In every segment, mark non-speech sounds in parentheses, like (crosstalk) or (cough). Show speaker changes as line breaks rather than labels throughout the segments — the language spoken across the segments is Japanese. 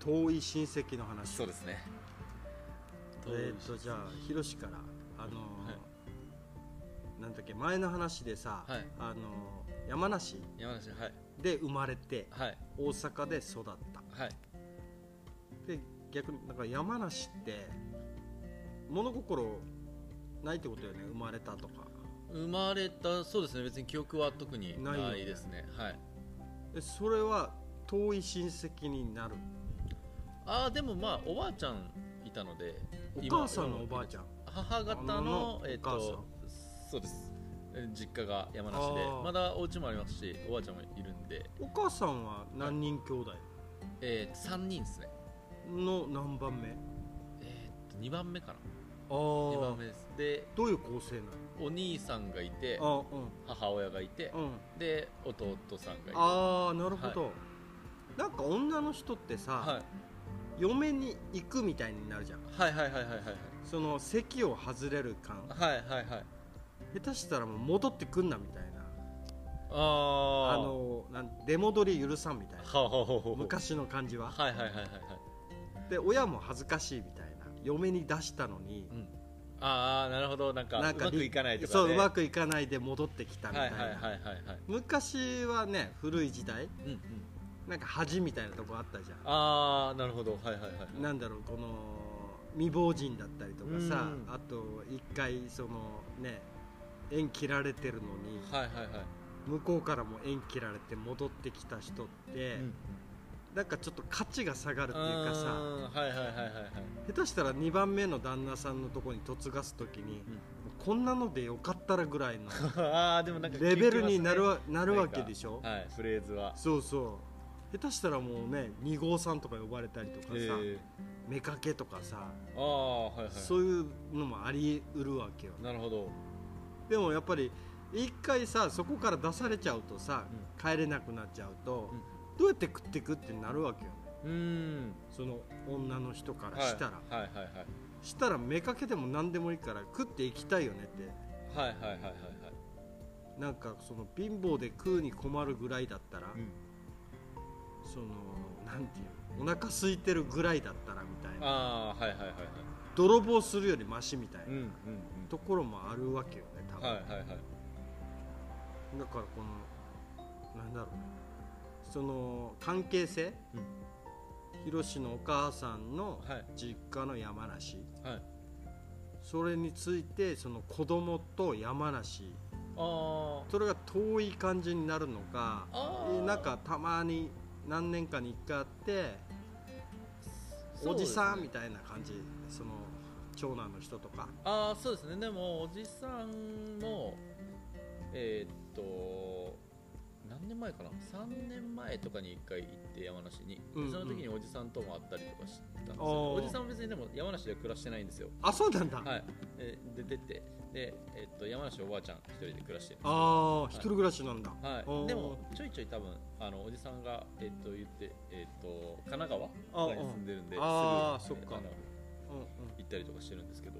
遠い親戚の話
そうですね
えっとじゃあヒロシからあのーなんだっけ前の話でさ、
はい
あのー山梨
山梨はい
で生まれて
はい
大阪で育った
はい
で逆になんか山梨って物心ないってことよね生まれたとか
生まれたそうですね別に記憶は特に
ないよね
ないですねはい
でそれは遠い親戚になる
ああでもまあおばあちゃんいたので
お
今
母さんのおばあちゃん
母方
あの
のえっ、
お母さ
とそうですえ実家が山梨で
あー
まだお家もありますしおばあちゃんもいるんで、
お母さんは何人兄弟
えー、3人ですね
の何番目
えーっと2番目かな
あ
2番
ー
目ですで
どういう構成な
お兄さんがいて
の
母親がいて
あうんうん
で弟さんがいて
ああなるほど、なんか女の人ってさ、
はい、
嫁に行くみたいになるじゃん
はいはいはいはいはい
その席を外れる感
はいはいはいはい
下手したらもう戻ってくんなみたいな
あ
あ
あ
のなん出戻り許さんみたいな
ははははは
昔の感じは
はいはいはいはいはい
で親も恥ずかしいみたいな嫁に出したのに
うんああなるほどなんか
なんか
うまくいかないとか、ね、
そううまくいかないで戻ってきたみ
はい
たい
はい
な、
はいはいはい
昔はね古い時代
うんうん
なんか恥みたいなとこあったじゃ
ああなるほどはいはいはい
んなんだろうこの未亡人だったりとかさ
うん
あと一回そのね縁切られてるのに
はいはいはい
向こうからも縁切られて戻ってきた人って、
うん
なんかちょっと価値が下がるっていうか
う
さ
んはいはいはいはい (laughs) はい
下手したら2番目の旦那さんのとこに嫁がす時に、こんなのでよかったらぐ
(laughs)
らいの
ああでもなんか
レベルになる
わ
わ,、なるわけでしょ
はいフレーズは
そうそう下手したらもうね2号さんとか呼ばれたりとかさ、
え
目かけとかさ、
ー、ああはいはい
そういうのもありうるわけよ
なるほど
でもやっぱり一回さそこから出されちゃうとさ、帰れなくなっちゃうと、
うん
どうやって食ってくってなるわけよね
うーん
その女の人からしたら、
はいはいはいはい
したら目かけても何でもいいから食っていきたいよねって
はいはいはいはいはい
なんかその貧乏で食うに困るぐらいだったら、
うん
そのなんていうのお腹空いてるぐらいだったらみたいな
ああはいはいはいはい
泥棒するよりマシみたいな、
うんうんうん
ところもあるわけよね多分、
はいはいはい
だからこのなんだろうその関係性
うん
ひろしのお母さんの
はい
実家の山梨、
はい
それについてその子供と山梨
あ
それが遠い感じになるのか
ああ
え
ー
なんかたまに何年かに1回あって、
そ
お
うで
じ
すね
さんみたいな感じその長男の人とか
ああそうですねでもおじさんもえーっと何年前かな3年前とかに1回行って山梨に、で
うんうん
その時におじさんとも会ったりとかしたんですよ
あー
おじさんは別にでも山梨では暮らしてないんですよ
あそうなんだ、
はいで出てってで、えーっと山梨おばあちゃん一人で暮らしてるんですよ
ああ一人暮らしなんだ、
は
おー
い、でもちょいちょい多分あのおじさんが、えっと言って、えっと神奈
あ
川に住んでるんで
うんあー
すぐ
そっ
あ
か
の
うんうん
行ったりとかしてるんですけど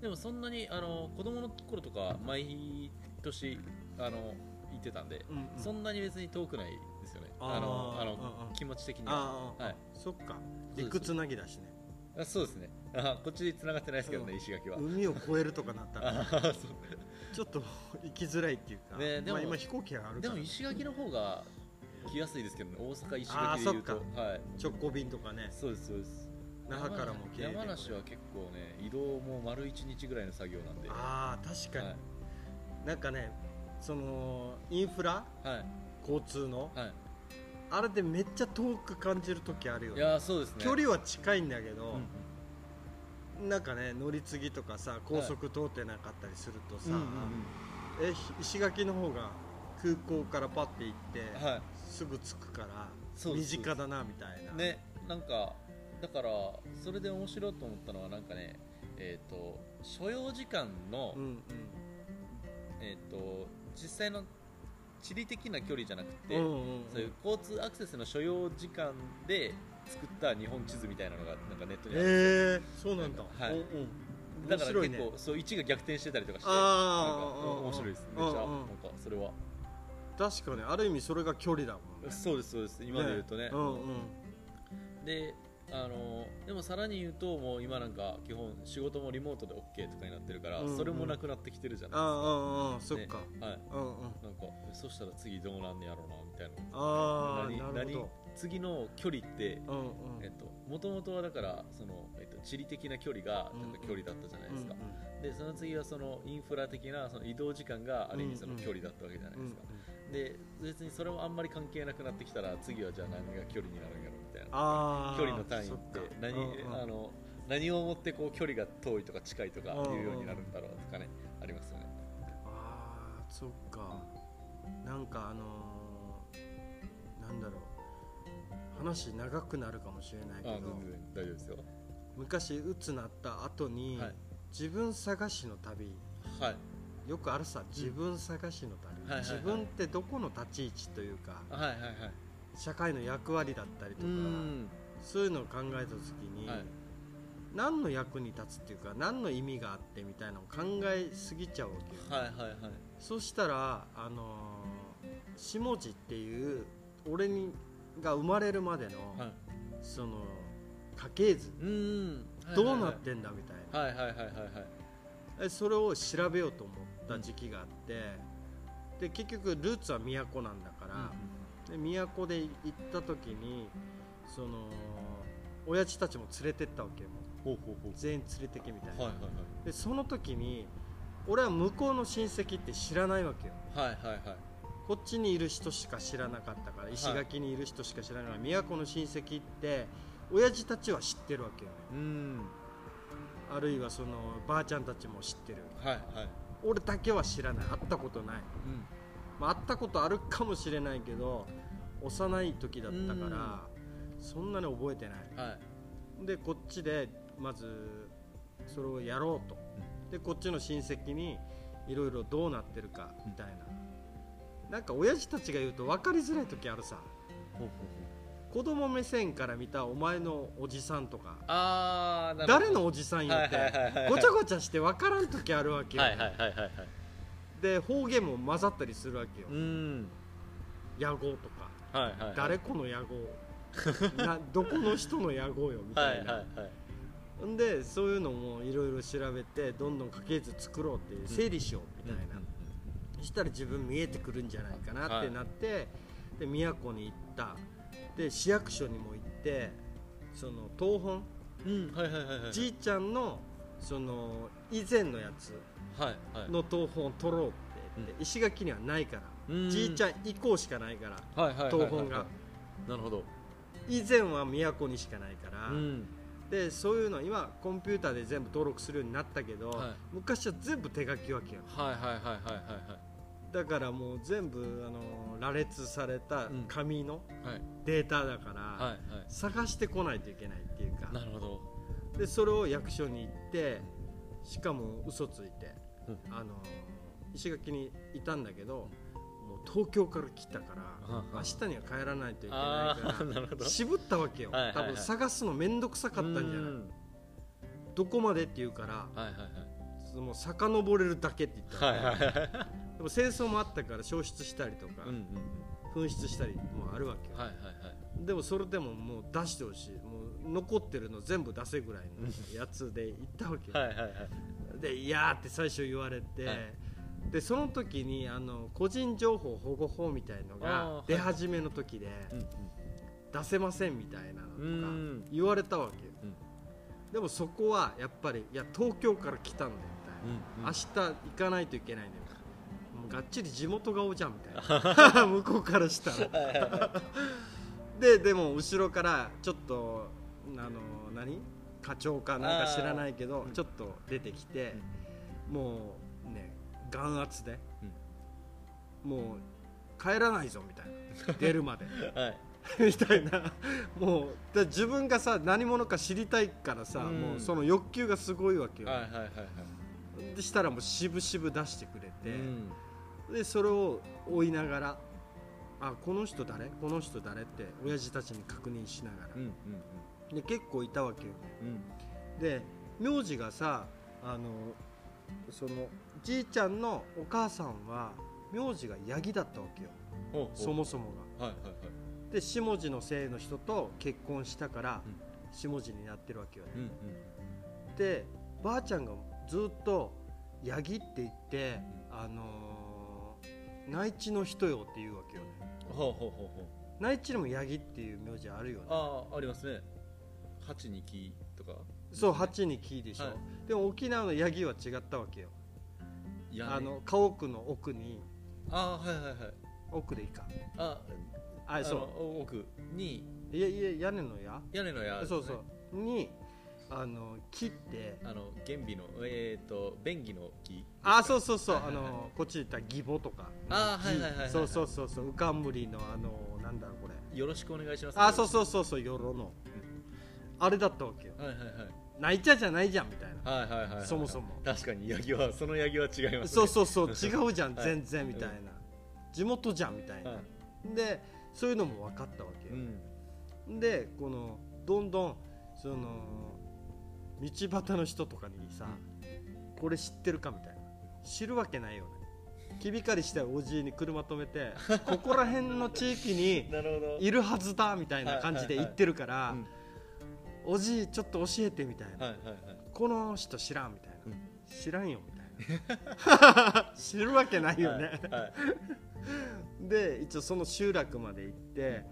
でもそんなにあの子供の頃とか毎年あの行ってたんで、
うんうん
そんなに別に遠くないですよね
あー
あのあの
うんうん
気持ち的には
ああ、
はい
そっか
です
陸つなぎだしね
あそうですねあこっち繋がってないですけどね、
うん
石垣は
海を越えるとかなっ
(laughs)
たら
あーそう
ちょっと行きづらいっていうか、
ねでも
まあ、今飛行機がある
で
から
も石垣の方が来やすいですけどね大阪石
あ
垣
ー
でいうと
そっ
はい
直行便とかね
そうですそうです
那覇からも経由で
山梨は結構ね移動も丸一日ぐらいの作業なんでは
ああ確か
い
に、なんかねそのインフラ
はい
交通の
は
あれでめっちゃ遠く感じる時あるよ
いい
ね
やーそうですね
距離は近いんだけど
うん、
なんかね乗り継ぎとかさ高速通ってなかったりするとさ、
うんうん
えひ石垣の方が空港からパッて行って、
うんはい
すぐ着くから
そう
身
です
近だなみたいな、
ねなんかだからそれで面白いと思ったのはなんかねえっ、と所要時間の、
うんうん、
えっ、と実際の地理的な距離じゃなくて、
うんうんうん
そういう交通アクセスの所要時間で作った日本地図みたいなのがなんかネットにある
えー、そうなんだ、
はい
おうん
だ
面
から
白い
結
ね
構、そう位置が逆転してたりとかして
あー
なんか面白いですめっちゃ
うん
な
うん
んかそれは
確かにある意味それが距離だもんね
そうですそうです今で言うとね、
うんうん
であのでもさらに言うともう今なんか基本仕事もリモートで OK とかになってるから、
うんうん
それもなくなってきてるじゃ
ああ
な
ああそ
いで
っ
す
か、
か、ねはい、
うんうん
なんかえそしたら次どうなんねやろうなみたいな
ああ
何
なるほ
何次の距離って
どうんうん
えっと元々はだからその、えっと、地理的な距離がなんか距離だったじゃないですか、でその次はそのインフラ的なその移動時間がある意味その距離だったわけじゃない
うん
で
うん
すか、で別にそれもあんまり関係なくなってきたら次はじゃあ何が距離になるんやろみたいな
ああ
距離の単位っ
そか
て何,、
うんうん
あの何をもってこう距離が遠いとか近いとか
うんうん
いうようになるんだろうとかねありますよね
あーそっかなんかあのーなんだろう話長くなるかもしれな
あ
いけど
全然大丈夫ですよ
昔鬱なった後に、
はい
自分探しの旅
はい
よくあるさ自分探しの旅、
はいはいはい
自分ってどこの立ち位置というか
はいはいはい
社会の役割だったりと
う
か
ん
そういうのを考えた時に、
はい
何の役に立つっていうか何の意味があってみたいなのを考えすぎちゃうわけよ、
はいはいはい
そしたらあのー下地っていう俺にが生まれるまでの、
はい
その家系図
うん
どうなってんだみたいな、
はいはいはいはいはい
えそれを調べようと思った時期があって、で結局ルーツは都なんだから、で都で行った時にその親父たちも連れてったわけよもう
ほうほうほう
全員連れてけみたいな、
はいはい
でその時に俺は向こうの親戚って知らないわけよ
はいはいはいはい
こっちにいる人しか知らなかったから石垣にいる人しか知らないから、都の親戚って親父たちは知ってるわけよ
うん
あるいはそのばあちゃんたちも知ってる
はいはい
俺だけは知らない会ったことない、
うん
まあ、会ったことあるかもしれないけど幼い時だったからそんなに覚えてない
はい
でこっちでまずそれをやろうとでこっちの親戚にいろいろどうなってるかみたいな、なんか親父たちが言うと分かりづらい時あるさ
ほうほうほう
子供目線から見たお前のおじさんとか
ああなるほど
誰のおじさんよって
はいはいはいはい
ごちゃごちゃして分からん時あるわけよ、
はいはいはいはいはい
で方言も混ざったりするわけよ
うん
野号とか
はいはいはい
誰この野号などこの人の野号よみ
は
た
い
い
はい
な、
はい
んでそういうのもいろいろ調べてどんどん家系図作ろうっていう整理しようみたいな、そしたら自分見えてくるんじゃないかなってなって、で宮古に行ったで市役所にも行ってその東本、
うんはいはいはいはい
じいちゃんのその以前のやつ
はいはい
の東本を取ろうって言って、石垣にはないから、
うん
じいちゃん以降しかないから
はいはいはいはい
東本が
なるほど
以前は都にしかないから、
うん
でそういうのは今コンピューターで全部登録するようになったけど、
はい
昔は全部手書きわけよ
はいはいはいはいはい
だからもう全部あの羅列され
う
た
ん
紙の
はい
データだから、
はいはいは
探してこないといけないっていう
いな
か
るほど
でそれを役所に行ってしかも嘘ついて、
うん
あの石垣にいたんだけどもう東京から来たか
うんうん
ら、明日には帰らないといけな
あ
いか
あ
ら
ーなるほど
渋ったわけよ、
はいはいはい
多分探すの面倒くさかったんじゃな
う
いどこまでって言うから
はいはい
もう遡れるだけって言った
は
の
いはいはいはい
でも戦争もあったから消失したりとか、
うんうん
紛失したりもあるわけよ、
はいはいはい
でもそれでももう出してほしいもう残ってるの全部出せぐらいのやつで行ったわけよ、
はいはいはい
で「いや」って最初言われて、
はい
でその時にあの個人情報保護法みたいの
あーは
が
い
出始めの時で、
うんうん
出せませんみたいな
う
のと
ん
か言われたわけよ、
うん
でもそこはやっぱり「いや東京から来たんだよ」みたい
う
な。
ん
明日行かないといけないのよもうがっちり地元顔じゃんみた
(laughs)
いな向こうからしたらででも後ろからちょっとあの何課長かなんか知らないけど
ー
ちょっと出てきて、もうね眼圧で、もう帰らないぞみたいな出るま
(laughs)
で
はい
みたいなもうだ自分がさ何者か知りたいからさ、
うん
もうその欲求がすごいわけよ、
はいはいはいはい
でしたらもう渋々出してくれて、
うん
でそれを追いながらあこの人誰この人誰って親父たちに確認しながら
う、ん
で結構いたわけよ
うんうん
で名字がさあのそのじいちゃんのお母さんは名字が八木だったわけよ
ほうほう
そもそも
はいはいはい
がで下地の姓の人と結婚したから、下地になってるわけよね、
うんうん
でばあちゃんがずっと「ヤギ」って言って「
う
あのー内地の人よ」って言うわけよね
ほうほうほうほう
内地にもヤギっていう名字あるよね
ああありますね八に木とか
そう八に木でしょ、
はい
でも沖縄のヤギは違ったわけよ
屋根
あの家屋の奥に
あーはいはいはい
奥でいいか
あ
あ
の
そ
奥に
ういやいや屋根の屋
屋根の屋、
そうそう、にあの木って
あの原美のえっ、と便宜の木
あそうそうそう、
はいはいはい
あのこっちで言ったら義母とか
あー
義
はいはいはいはい
そうそうそうそううかんむりのあのなんだろうこれ
よろしくお願いします
あそうそうそうそうよろのあれだったわけよ
はいはいはい
泣いちゃじゃないじゃんみたいな
はいはいはいはい
そもそも
確かにヤギはそのヤギは違います、ね、
そうそ
(laughs)
うそう違うじゃん
はい
全然みたいな地元じゃんみたいな
はい
でそういうのも分かったわけ
う
よ
ん
でこのどんどんその道端の人とかにさ、これ知ってるかみたいな知るわけないよねきびかりしたおじいに車止めてここら辺の地域
(laughs)
に
なるほど
いるはずだみたいな感じで言ってるから、
はいはいはい
おじいちょっと教えてみたいな、
はいはいはい
この人知らんみたいな、
うん
知らんよみたい
(laughs)
な知るわけないよね、
はいはい
で一応その集落まで行って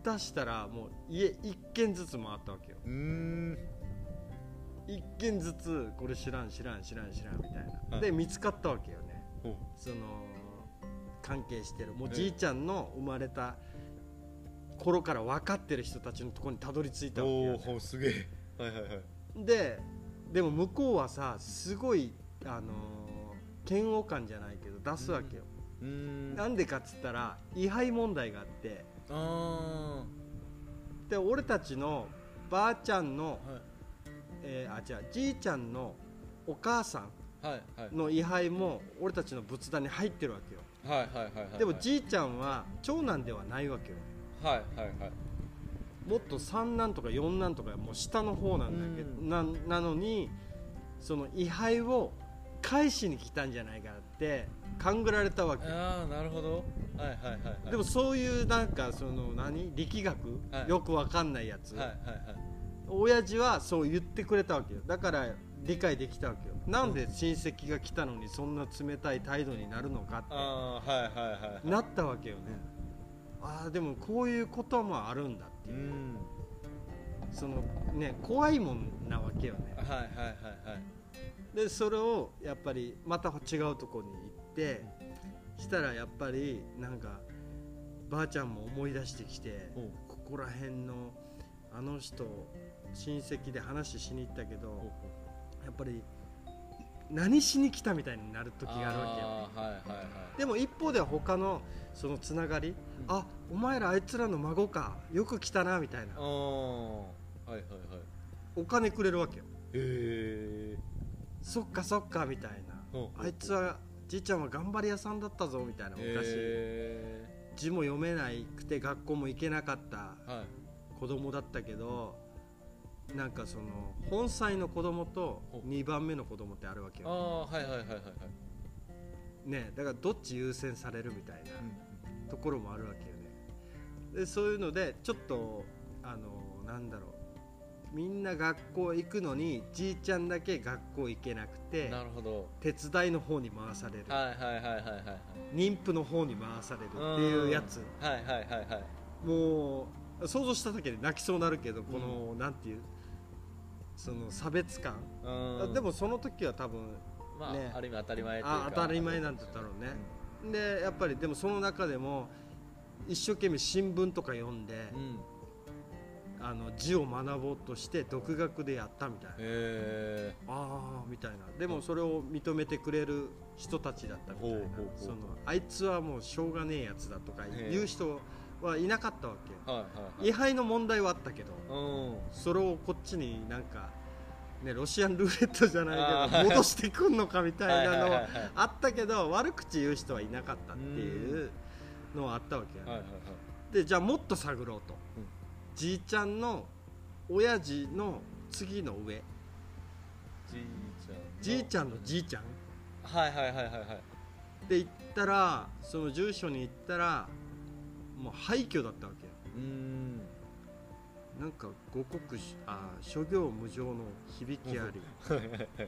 下手したらもう家一軒ずつ回ったわけよ
うーん
一軒ずつこれ知らん知らん知らん知らんみたいな、
はい
で見つかったわけよね
ほう
その関係してるもう
ええ
じいちゃんの生まれた頃から分かってる人たちのところにたどり着いたわけよ
お
ね、
おすげえはいはいはい
ででも向こうはさすごいあのー嫌悪感じゃないけど出すわけよ、
うーん
なんでかっつったら位牌問題があって
あ
で俺たちのばあちゃんの
ー、はい
えーあ違うじいちゃんのお母さ
はいはい
んの位牌も俺たちの仏壇に入ってるわけよ
はいはいはいはい
でもじいちゃんは長男ではないわけよ
はいはいはい
もっと三男とか四男とかもう下の方なんだけど、
うん
ななのにその位牌を返しに来たんじゃないかって勘ぐられたわけよ
ああなるほどはいはいはいはい
でもそういうなんかその何力学、
はい
よくわかんないやつ、
はいはいはい
親父はそう言ってくれたわけよだから理解できたわけよなんで親戚が来たのにそんな冷たい態度になるのかっ
ああはいはいはいはい
てなったわけよねああでもこういうこともあるんだって
う
いうんそのね怖いもんなわけよね
はいはいはいはい
でそれをやっぱりまた違うとこに行ってしたらやっぱりなんかばあちゃんも思い出してきて
おう
ここら辺のあの人親戚で話しに行ったけど
おう
やっぱり何しに来たみたいになる時があるわけよ
あーはいはいはい
でも一方では他のそのつながり、あお前らあいつらの孫かよく来たなみたいな
ああはいはいはい
お金くれるわけよ
へえ
そっかそっかみたいな
ほうほうほう
あいつはじいちゃんは頑張り屋さんだったぞみたいな昔
へ
字も読めないくて学校も行けなかった
えはい
子供だったけどなんかその本妻の子供と2番目の子供ってあるわけ
あ
よ、
あはいはいはいはいはい
ね、だからどっち優先されるみたいな、ところもあるわけよねでそういうのでちょっとあのなんだろうみんな学校行くのにじいちゃんだけ学校行けなく
うん
て
なるほど
手伝いの方に回される
はいはいはいはいはいはい
妊婦の方に回されるっていうやつ
うんはいはいはいはい
もう想像しただけで泣きそうになるけどこの、なんていうその差別感、
うん
でもその時は多分
まあ、
ね
ある意味当たり前というか
あ当たり前なんだったろうね、でやっぱりでもその中でも一生懸命新聞とか読んで、
うん
あの字を学ぼうとして独学でやったみたいな、
へえ
ああみたいなでもそれを認めてくれる人たちだったみたいな、
ほうほうほう
そのあいつはもうしょうがねえやつだとか
へえ
言う人はいなかったわけ
はいはいはい
位牌の問題はあったけど
うん
それをこっちになんか、ね、ロシアンルーレットじゃないけ
あー
ど戻してくんのかみたいな
は
のは
は
い
いはいはい
あったけど悪口言う人はいなかったっていうのはあったわけよね、
はいはいはい
でじゃあもっと探ろうと、
うん
じいちゃんの親父の次の上
じいちゃんの
じいちゃんのじいちゃん
はいはいはいはいはい
で行ったらその住所に行ったらもう廃墟だったわけよ
うーん
なんか五穀しあ諸行無常の響きありっ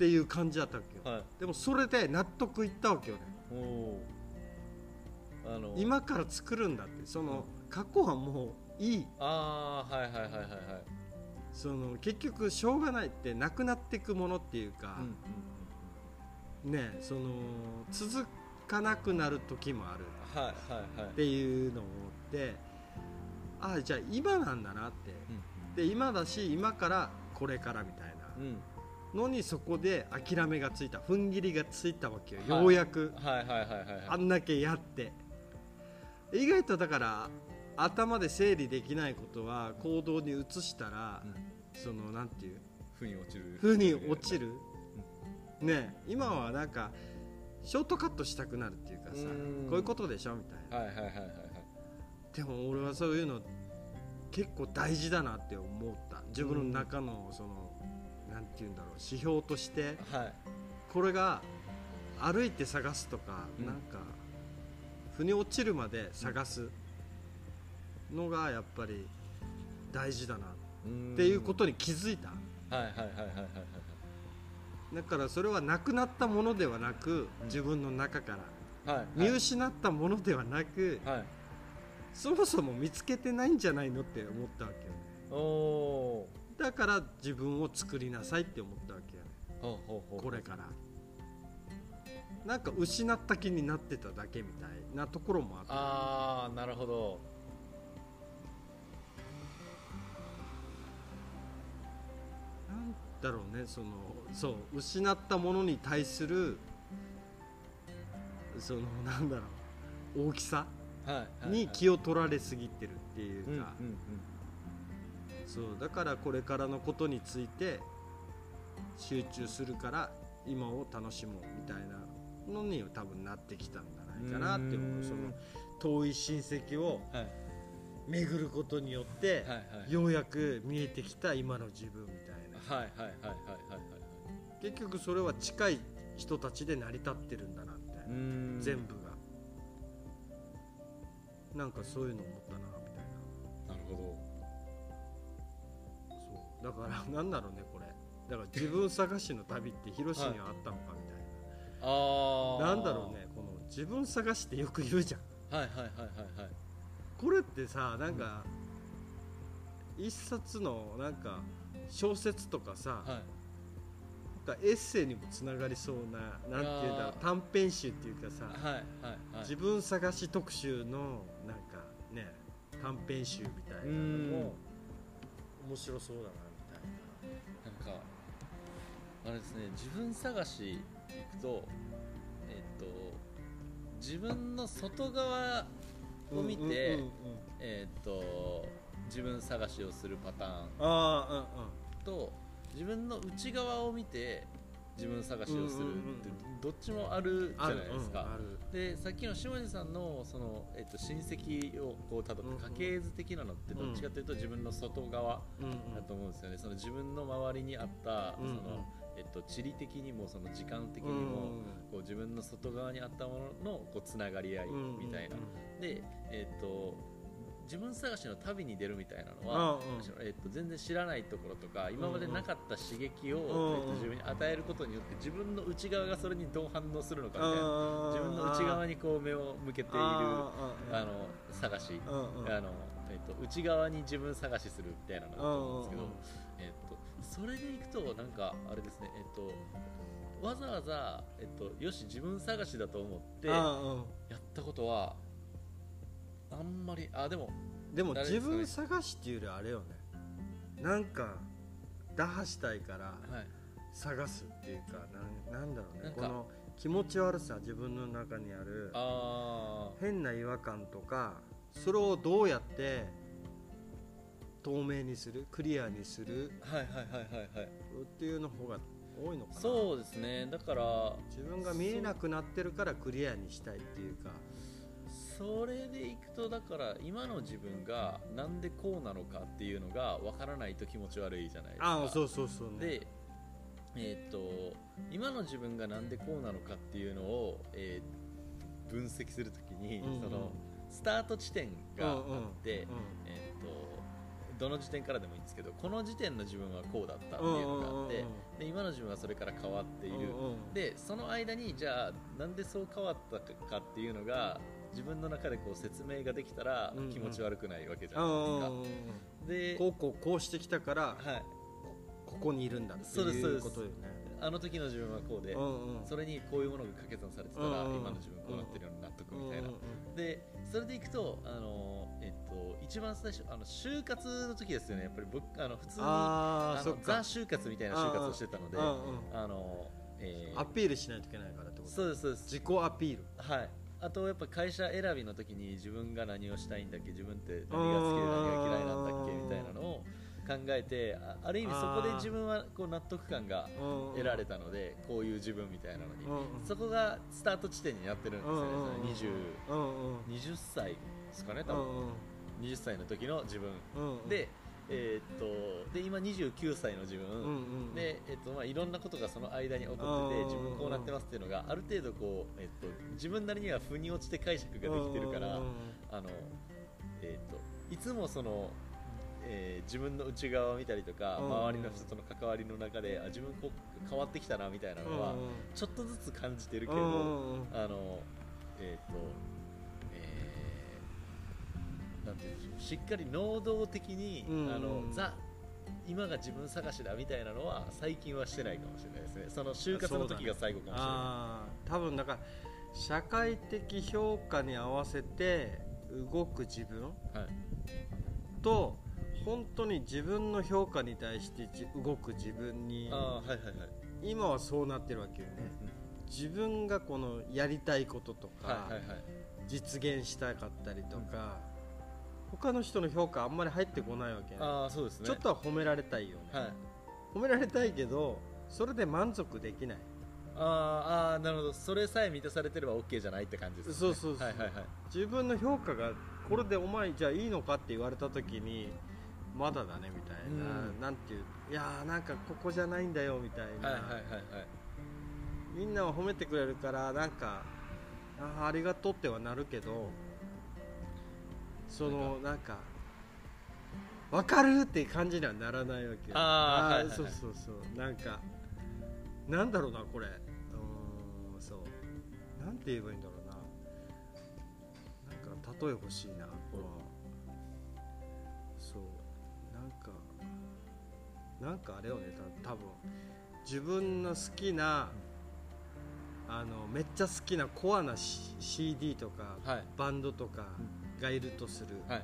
ていう感じだったわけよ
はい
でもそれで納得いったわけよね
おおあの
今から作るんだってその過去はもういい
ああはいはいはいはいはい
その結局しょうがないってなくなっていくものっていうか、ねその続かなくなる時もある
はいはいはい
っていうのを思ってああじゃあ今なんだなってで今だし今からこれからみたい
うんうん
なのにそこで諦めがついた踏ん切りがついたわけよ、
はい
ようやく
はいはいはいはい
あ
はい
んだけやって意外とだから頭で整理できないことは行動に移したら、
うん
そのなんていう
腑に落ちる
風に落ちる、ねえ今はなんかショートカットしたくなるっていうかさ
うん
こういうことでしょみたいな
はいはいはいはいはい
でも俺はそういうの結構大事だなって思った自分の中のそのなんて言うんだろう指標として
はい
これが歩いて探すとか、
うん
なんか腑に落ちるまで探すのがやっぱり大事だなっていうことに気づいた、
はいはいはいはいはいはい
だからそれはなくなったものではなく
うん
自分の中から
はいはい
見失ったものではなく、
はい
そもそも見つけてないんじゃないのって思ったわけよね
おお
だから自分を作りなさいって思ったわけよね
ーほうほうほう
これからなんか失った気になってただけみたいなところもあった
ああなるほど
なんだろうねそのそう失ったものに対するその (laughs) なんだろう大きさ
はいはいはい
に気を取られすぎてるっていうか、
うんうん
そうだからこれからのことについて集中するから今を楽しもうみたいなのに多分なってきたんじゃないかなって思
う
うんその遠い親戚を
うんはい
巡ることによって、
はいはい
ようやく見えてきた今の自分みたいな
はいはいはいはいはいはい
結局それは近い人たちで成り立ってるんだなみたいな
う、ん
全部がなんかそういうの思ったなみたいな
なるほ
そうだから (laughs) なんだろうねこれだから自分探しの旅って広島にはあったのかみたい
どあ
な、
あ (laughs)
なんだろうねこの自分探しってよく言うじゃん
はいはいはいはいはい
これってさなんか、一冊のなんか小説とかさ、
はい
なんかエッセイにもつながりそうななんていうんだろう
あー
短編集っていうかさ、
はいはいはい
自分探し特集のなんかね短編集みたいなのも面白そうだなみたいな。
なんかあれですね自分探し行くとえっと自分の外側を見て、
うんうんうんうん
えっと自分探しをするパターン
ああ
と自分の内側を見て自分探しをする
うんうん
ってどっちもあるじ
うんうん
ゃ
あ
ないですか、
うんある
でさっきの島地さんのその、えっと、親戚をこうたどって家系図的なのってどっちかというと自分の外側
うんうん
だと思うんですよねその自分の周りにあった、
うんうん
そのえっと、地理的にもその時間的に
うん
も、こう自分の外側にあったもののこうつながり合い
うん
みたいな、
うんうん
で、えっと自分探しの旅に出るみたいなのは、
ああうん
むしろえっと全然知らないところとか今までなかった刺激を、
うん
えっと自分に与えることによって自分の内側がそれにどう反応するのかみたいな
あ
自分の内側にこう目を向けているあ
あ
の探し、
ーうんうん
あのえっと内側に自分探しするみたいなのだと思うんですけど、
うんうんうん
えっとそれでいくとなんかあれですね、えっとわざわざ、えっと、よし自分探しだと思ってや
あーうん
ったことはあんまりあでも
でも
誰で
自
すかね
分探しっていうよりあれよねなんか打破したいから
はい
探すっていうかなんなんだろう
な
ね
んか
この気持ち悪さ自分の中にある
あ
変な違和感とかそれをどうやって透明にするクリアにする
ーはいはいはいはいはい
っていうの方が多いのかな
そうですねだから
自分が見えなくなってるからクリアにしたいっていうか
それでいくとだから今の自分がなんでこうなのかっていうのがわからないと気持ち悪いじゃないですか
ああそうそうそうね
でえーっと今の自分がなんでこうなのかっていうのを、えー分析するときに、
うんうん
そのスタート地点があって、
うん
えっとどの時点からでもいいんですけどこの時点の自分はこうだったって
うん
いううんのが
うん
あ
うん
ってで今の自分はそれから変わっている
うんうん
でその間にじゃあなんでそう変わったかっていうのが自分の中でこう説明ができたら
うんうん
気持ち悪くないわけじゃ
う
ない
ん
です
う
か、
んうん
で、
こうこうこうしてきたから
はい、
ここにいるんだって
そうですそう
い
で
う
す
ことよね
あの時の自分はこうで、
うんうん
それにこういうものが掛け算されてたら
うんうん
今の自分こうなってるように納得みたいな
うんうん
でそれでいくとあの、えっと、一番最初あの就活の時ですよねやっぱり僕あの普通に
あ
あ
あそ
の
っ
ザ
か
就活みたいな就活をしてたので
うん
あ
うん
の、えー
アピールしないといけないからってこと
そうですそうです
自己アピール
はい、あとやっぱ会社選びの時に自分が何をしたいんだっけ自分って何が好きで何が嫌いなんだっけ
あー
みたいなのを考えてあある意味そこで自分はこう納得感が
うんうん
得られたのでこういう自分みたいなのに
うん
そこがスタート地点になってるんですよね
うんうんうん
その20
うんうん
20歳ですかね
う
多分
んうん
20歳の時の自分
うんうん
で,、えーっとで今29歳の自分、
うんうん
で、えっとまあ、いろんなことがその間に起こってて
うん
自分こうなってますっていうのがある程度こう、えっと、自分なりには腑に落ちて解釈ができてるから
うん
あの、えっと、いつもその、えー自分の内側を見たりとか
うん
周りの人との関わりの中であ自分こう変わってきたなみたいな
うん
のは
うん
ちょっとずつ感じてるけ
うんうん
ど
うん
あの、えっとえーなんていうんでしょうしっかり能動的に、
うん
あのザ今が自分探しだみたいなのは最近はしてないかもしれないですねその就活の時が最後かもしれな
ああ多分だから社会的評価に合わせて動く自分
い、はい
と本当に自分の評価に対してじ動く自分に
あーはいはいはい
今はそうなってるわけよね自分がこのやりたいこととか、
はいはいはい
実現したかったりとか、他の人の評価あんまり入ってこないわけね、
ああそうですね
ちょっとは褒められたいよね、
はい
褒められたいけどそれで満足できない
あーあーなるほどそれさえ満たされてれば OK じゃないって感じですね
そうそうそう
はいはいはい
自分の評価がこれでお前じゃあいいのかって言われた時にまだだねみたいな、
うん
なんていういやーなんかここじゃないんだよみたいな、
はいはいはいはい
みんなは褒めてくれるからなんかあーありがとうってはなるけどそのなんか分かるって感じにはならないわけよ
あーはいは
ー
いはい
そうそうそうなんかなんだろうなこれうーんそうなんて言えばいいんだろうななんか例え欲しいなこのそうなんかなんかあれよねた多分自分の好きなあのめっちゃ好きなコアな、C、CD とか
はい
バンドとかがいるとする、
はい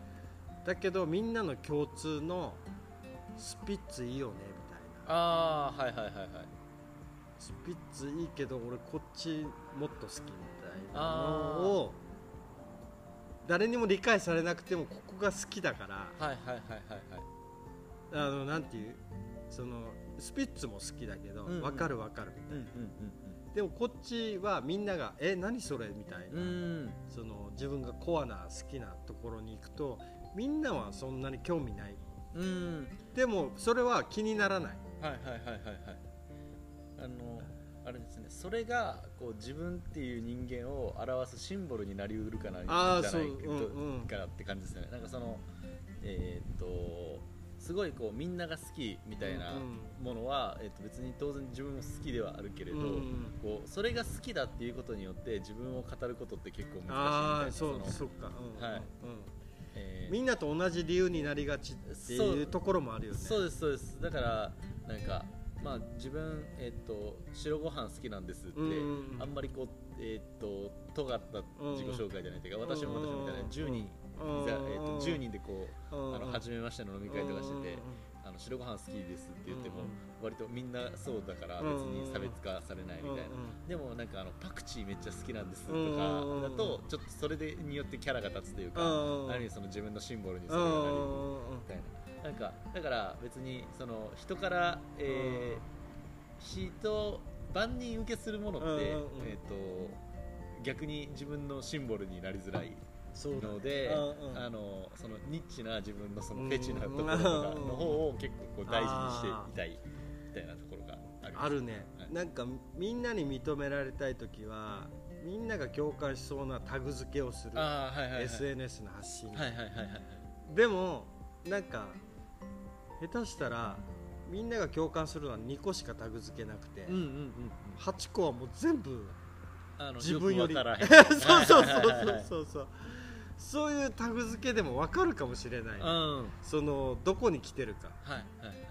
だけどみんなの共通のスピッツいいよねみたいな
ああはいはいはいはい
スピッツいいけど俺こっちもっと好きみたいなのを誰にも理解されなくてもここが好きだから
はいはいはいはいはい
あのなんていうそのスピッツも好きだけど
うんうん
分かる分かるみたい
うん
な、
うん
でもこっちはみんなが「え何それ?」みたいな、
うんうん
その自分がコアな好きなところに行くとみんなはそんなに興味ない
うん
でもそれは気にならない
はいはいはいはいはいあのあれですねそれがこう自分っていう人間を表すシンボルになりうるかな
あー
じゃない
そううんうん
かなって感じですねなんかそのえーっとすごいこうみんなが好きみたいなものは、えーっと別に当然自分も好きではあるけれど、
うん
こうそれが好きだっていうことによって自分を語ることって結構難しいみたい
あ
な
あそう
の
そっか、うん
はい
うん
えー
みんなと同じ理由になりがちって
そ
いう
う
ところもあるよね
そうですそうですだからなんかまあ自分えっと白ご飯好きなんですって、
うんうんうん
あんまりこうえっと尖った自己紹介じゃないというか、
うん
私も私もみたいな10人、
うん
いざえっと10人でこ
う
う、
ん
あの初めましての飲み会とかしてて、
う
あの白ご飯好きですって言っても、
うんうん
割とみんなそうだから別に差別化されないみたいな。
うんうん
でもなんかあのパクチーめっちゃ好きなんですと
うん
か
うんうん
だとちょっとそれでによってキャラが立つというか
うんうんうん
ある意味その自分のシンボルにそれ
う
がなり
ん
うる
うんうんうん
みたいななんかだから別にその人から、えー人万人受けするものって、
うんうんうん
えー、と逆に自分のシンボルになりづらい
そうだね
ので、
うんうん
あのそのニッチな自分のそのフェチなところ
う
が
ん
の
うん
方を結構こう大事にして
あー
いたいみたいなところがある
あるね、
はい
なんかみんなに認められたい時はみんなが共感しそうなタグ付けをする
ああはいはいはい
SNS の発信、
はいはいはいはいはい
でもなんか下手したらみんなが共感するのは2個しかタグ付けなくて、
うんうんうん
8個はもう全
(laughs)
部
あの
自分より
くわからへん
そうそうそう
はいはいはいは
そう
い
そうそうそういうタグ付けでも分かるかもしれない、
うんはい
そのどこに来てるか
はいはい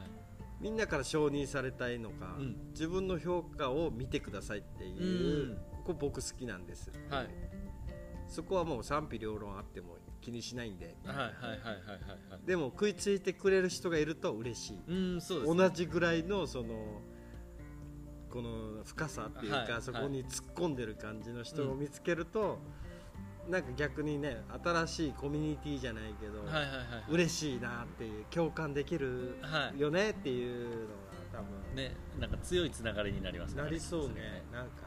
みんなから承認されたいのか、
うん
自分の評価を見てくださいってい
う
う、
ん
ここ僕好きなんです、
はい
そこはもう賛否両論あっても気にしないんで
はいはいはいはいはいはい
でも食いついてくれる人がいると嬉しい、
うんそうですね
同じぐらいのそのこの深さっていうか、
はい
そこに突っ込んでる感じの人を見つけると、なんか逆にね新しいコミュニティじゃないけど、
はいはいはいはい
嬉しいなっていう共感できる
はい
よねっていうのが多分、
ね、なんか強いつながりになりますね
なりそうねなんか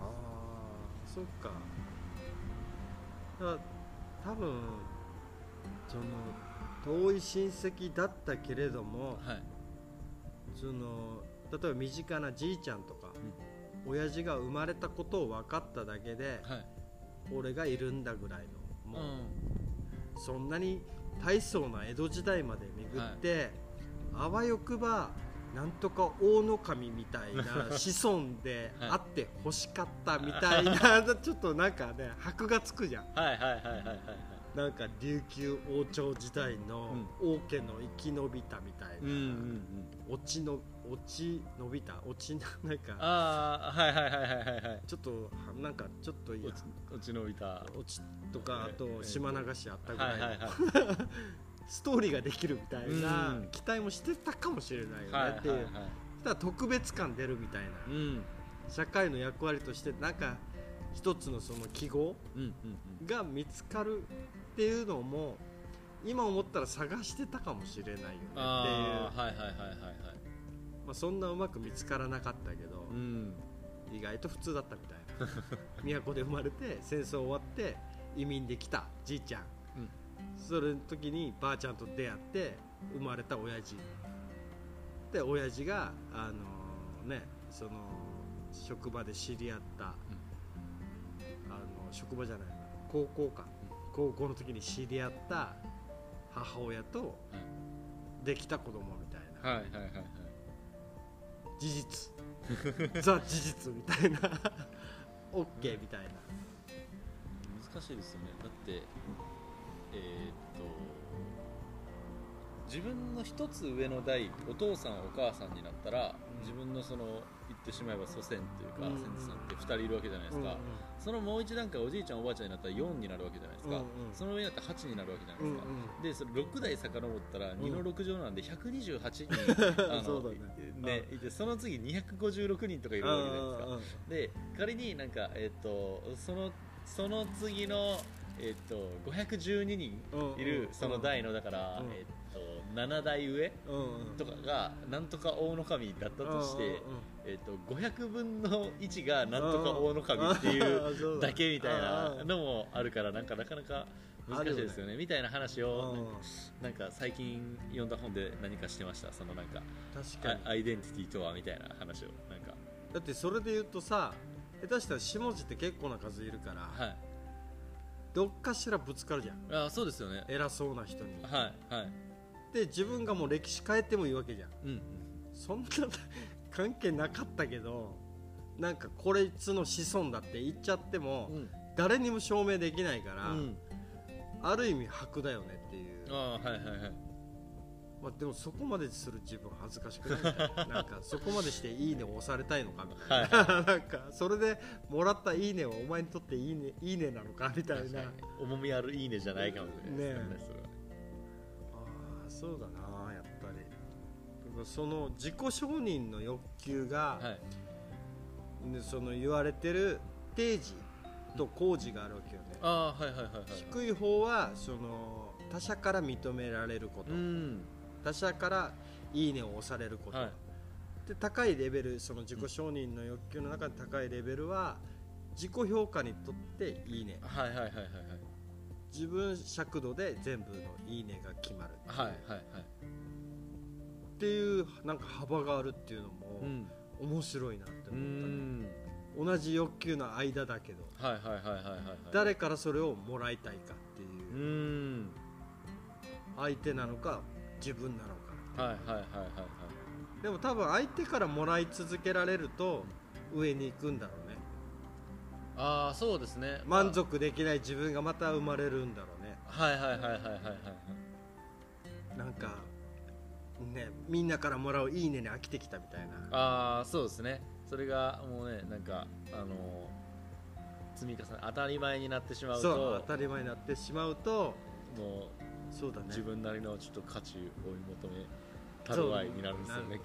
ああそっかだ多分その遠い親戚だったけれども
はい
その例えば身近なじいちゃんとか、親父が生まれたことを分かっただけで
はい
俺がいるんだぐらいの
う
もう、
ん
そんなに大層な江戸時代まで巡って、あわよくばなんとか大野神みた
(laughs)
いな子孫であってほしかったみたいな (laughs) ちょっとなんかね箔がつくじゃん
はいはいはいはいはいはい
なんか琉球王朝時代の王家の生き延びたみたいな、
うんうんうん
落ちの落ち延びた落ちな (laughs) なんか
ああはいはいはいはいはいはい
ちょっとなんかちょっといいや
落ち落ち延びたは
落ちとかあ
え
と
え
島流しあった
い
ぐ
はい
らい
は
の
い
ストーリーができるみたいな
うん
期待もしてたかもしれな
はい
いよねっ
はい
ていう、
はい
そしたら特別感出るみたいな
うんうん
社会の役割としてなんか一つのその記号
うんうん
が見つかるっていうのも今思ったら探してたかもしれないよねっていう
ああはいはいはいはいはい
まあ、そんなうまく見つからなかったけど、
うん
意外と普通だったみたい
(laughs)
な都で生まれて戦争終わって移民できたじいちゃん、
うん
それの時にばあちゃんと出会って生まれた親父で親父があのねその職場で知り合った、あの職場じゃないな高校か、高校の時に知り合った母親とできた子供みたいな
はいはいはいはい
事実ザ事実みた
(laughs)
いな OK みたいな
難しいですよねだってえーっと自分の一つ上の代お父さんお母さんになったら、
うん
自分のその言ってしまえば祖先というか、
うん
先祖さんって2人いるわけじゃないですか、そのもう一段階おじいちゃんおばあちゃんになったら4になるわけじゃないですか、
うんうん
その上になったら8になるわけじゃない
うんう
で
ん
すか、でそれ6代遡ったら
ん
2の6乗なんで128人、あの
(laughs) そうだね
ねいてその次256人とかいるわけじゃないですかで仮になんかえっ、とそのその次のえっ、と512人
うん
いるその代のだから、
うん
えっ、と7代上
うんうん
とかがなんとか大の神だったとして、えっと500分の1がなんとか大の神っていう
う
だけみたいな
の
のもあるからなんかなかなか難しいですよねみたいな話をなんか最近読んだ本で何かしてましたそのなんか
確かに
あアイデンティティとはみたいな話をなんか
だってそれで言うとさ下手したら下地って結構な数いるから、
はい
どっかしらぶつかるじゃん
あそうですよね
偉そうな人に
はいはい
で自分がもう歴史変えてもいいわけじゃん
うん
そんな関係なかったけどなんかこれいつの子孫だって言っちゃっても、
ん
誰にも証明できないから、
うん
ある意味白だよねっていう
あはいはいはい
まあ、でもそこまでする自分恥ずかしくない
(laughs)
みたいななんかそこまでして「いいね」を押されたいのかみたい
はい
な (laughs) なんかそれでもらった「いいね」はお前にとっていい、ね「いいね」なのかみたいな
重みあるいいねじゃないかもしれないです
ね
それは
ああそうだなやっぱりでもその自己承認の欲求が、
はい
ねその言われてる定時と工事があるわけよね
あはいはいはいはい
低い方はその他者から認められること、
うん
他者から「いいね」を押されること、
はい
で高いレベルその自己承認の欲求の中で高いレベルは自己評価にとっていいね
はいはいはいはいはい
自分尺度で全部のいいねが決まる
はいはいはい
っていうなんか幅があるっていうのも
うん
面白いなって
う
思ったね
ん
同じ欲求の間だけど
はいはいはいはいはいはい
誰
か
からそれをもらいたいかって
う
いう
ーん
相手なのか自分なのか
はいはいはいはい
でも多分相手からもらい続けられると上に行くんだろうね
ああそうですね
満足できない自分がまた生まれるんだろうね
はいはいはいはいはいはい
なんかねみんなからもらう「いいね」に飽きてきたみたいな
ああそうですねそれがもうねなんかあのー積み重ね当たり前になってしまうと
そう当たり前になってしまうと
も
そうだ
う
ね
自分なりのちょっと価値を追い求めたるわいになるんですよね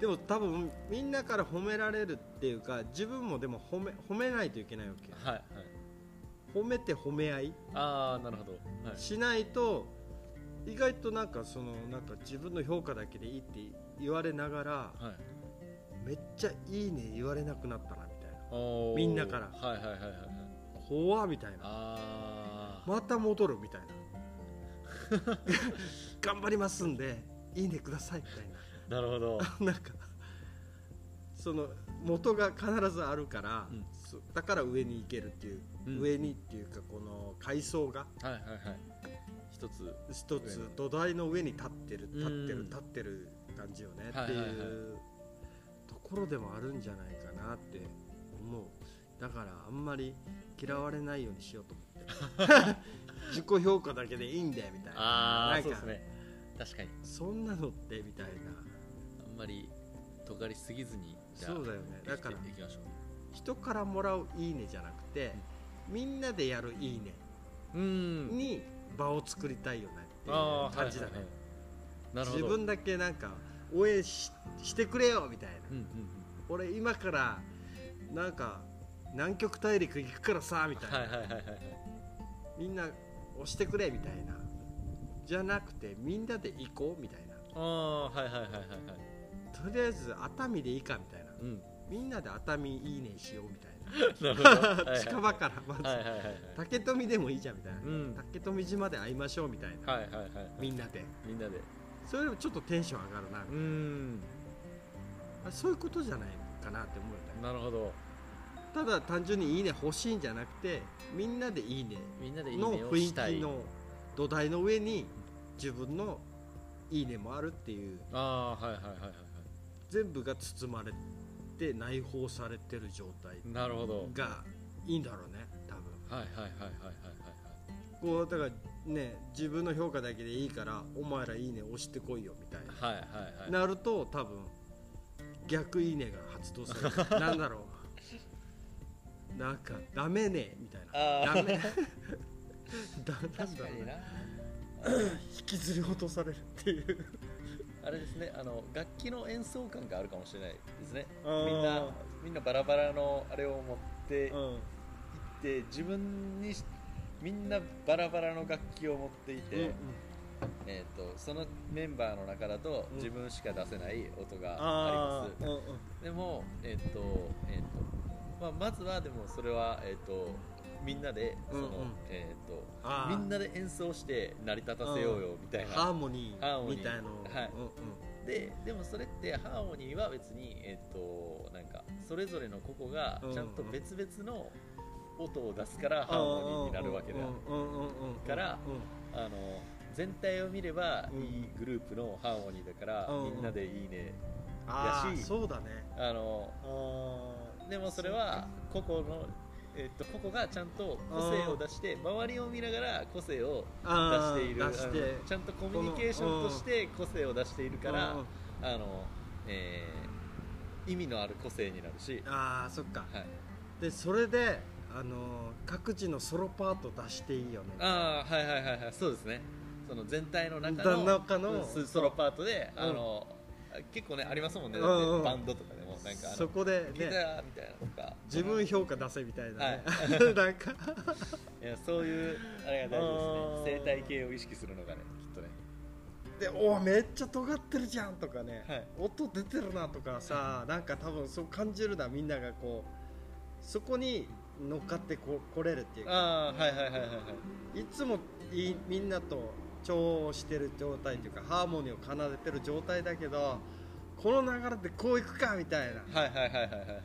でも多分みんなから褒められるっていうか自分もでも褒め褒めないといけないわけ
はいはい
褒めて褒め合い
ああなるほどはい
しないと意外となんかそのなんか自分の評価だけでいいって言われながら
はい
めっちゃいいね言われなくなったなみたいな
おー
みんなから
はいはいはいはいはい
怖っみたいな
ああ
また戻るみたいな (laughs) 頑張りますんでいいねくださいみたい
な
な
るほ
(laughs)
ど
なんかその元が必ずあるから、
うん
そだから上に行けるっていう、
うん
上にっていうかこの階層が
はいはいはい一つ
一つ土台の上に立ってる立って
う
る
ん
立ってる感じよね、
はい
ってい
はいはいう
ところでもあるんじゃないかなって思うだからあんまり嫌われないようにしようと思
(laughs)
ってる自己評価だけでいいんだよみたいな
あ
な
あ
んか
そうですね確かに
そんなのってみたいな
あんまり尖りすぎずにじゃあ
そうだよねだから
生きていきましょ
人からもらう「いいね」じゃなくて、みんなでやる「いいね
ううん」
に場を作りたいよねってい
あ
う
あ
感じだね、
はいはいはいなるほど
自分だけなんか応援ししてくれよみたいな、
うんうん
俺今からなんか南極大陸行くからさみ
う
たい
ん
な、
はいはいはいはいはい
みんな押してくれみたいなじゃなくてみんなで行こうみたいな
ああはいはいはいはいはい
とりあえず熱海でいいかみたいな
うん
(laughs) みんなで熱海いいねしようみたい
な
な
るほどはいはい
近場からまず、
はいはいはいはい
竹富でもいいじゃんみたいな、
うん
竹富島で会いましょうみたいな、
はいはいはいはい
みんなで
みんなで
それでもちょっとテンション上がるな、
うん
あそういうことじゃないかなって思うよね
なるほど
ただ単純に「いいね」欲しいんじゃなくてみんなで「いいね
みんな」でいいね
の
を
雰囲
したい
気の土台の上に自分の「いいね」もあるっていう
ああはいはいはいはいは
全部が包まれて内包されてる状態
いなるほど
がいいんだろうね多分
はいはいはいはいはい
こうだからね自分の評価だけでいいから「お前らいいね」押してこいよみたいな
はいはいはいはいはい
なると多分逆いいねが発動するなんだろうなんかダメねみたいな
あー
ダメだなんだろうね
な
(laughs) 引きずり落とされるっていう
(laughs) あれですねあの楽器の演奏感があるかもしれないですね
あー
みんなみんなバラバラのあれを持っていっ
うん
て自分にしみんなバラバラの楽器を持っていて、
うんうん
えー、とそのメンバーの中だと
うん
自分しか出せない音があ
あ
り
ー
ま
うんうん
すでも、えーとえーとまあ、まずはでもそれは、えー、とみんなでその、
うんうん
えー、と
あ
み
ー
んなで演奏して成り立たせようよみたいな
ハーモニ
ハー
ー
モニ
み
ー
たいのを
はい
うんうん
ででもそれってハーモニーは別に、えっとなんかそれぞれの個々が
うん
ちゃんと別々の音を出すからハーモニーになるわけだ、
うんうんうんうん
から
う
あの全体を見れば
うん
いいグループのハーモニーだから、
うん
みんなでいいね
んあー
やし
そうだね
あの
あー
でもそれは個々の、えっと個々がちゃんと個性を出して周りを見ながら個性を出
あー
している
出して
あのちゃんとコミュニケーションとして個性を出しているから、
うんうん
あの、えー意味のある個性になるし、
あーそっか
はい、
でそれで、あのー各自のソロパート出していいよね
ああはいはいはいはいそうですねその全体の中の
中の
うんソロパートで、
うん
あの結構ねありますもんね、
うん
だって
うん
バンドとかでもなんかあ
そ
の
こで
ギタ
ね
ーみたいなのとか
自分評価出せみたいな、ね (laughs) なんか
いやそういうあれが大事ですね
あー
生態系を意識するのがねきっとね
で「おーめっちゃ尖ってるじゃん」とかね、
はい
音出てるな」とかさなんか多分そう感じるなみんながこうそこに乗っかってこ来れるっていうか
ああはいはいはいはいはい
いつもいみんなと調和してる状態というかハーモニーを奏でてる状態だけどこの流れでこういくかみたいな
はいはいはいはいはいはい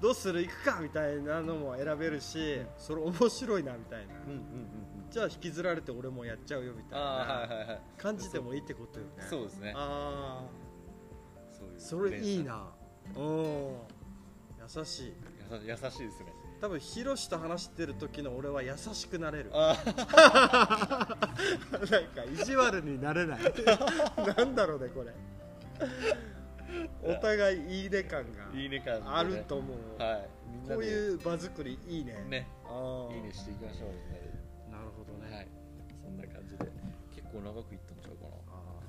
どうする行くかみたいなのも選べるしそれ面白いなみたいな
うんうんうんうん
じゃあ引きずられて俺もやっちゃうよみたい
ああ
な
はいはいはい
感じてもいいってことよね
そうですね
ああ
そういう
それいい
連
なうん優しい
鎖優し優しいですね
多分ヒロシと話してる時の俺は優しくなれる
あ
なんか意地悪になれ (laughs) ないなんだろうねこれお互いいいね感
あいい
が
ね感じでね
あると思う、
はいみんな
こう
で
いう場作りいいね
ね
ああ
いいねしていきましょうみんなで
なるほどね、
はいそんな感じで結構長くいったんちゃうかな
ああ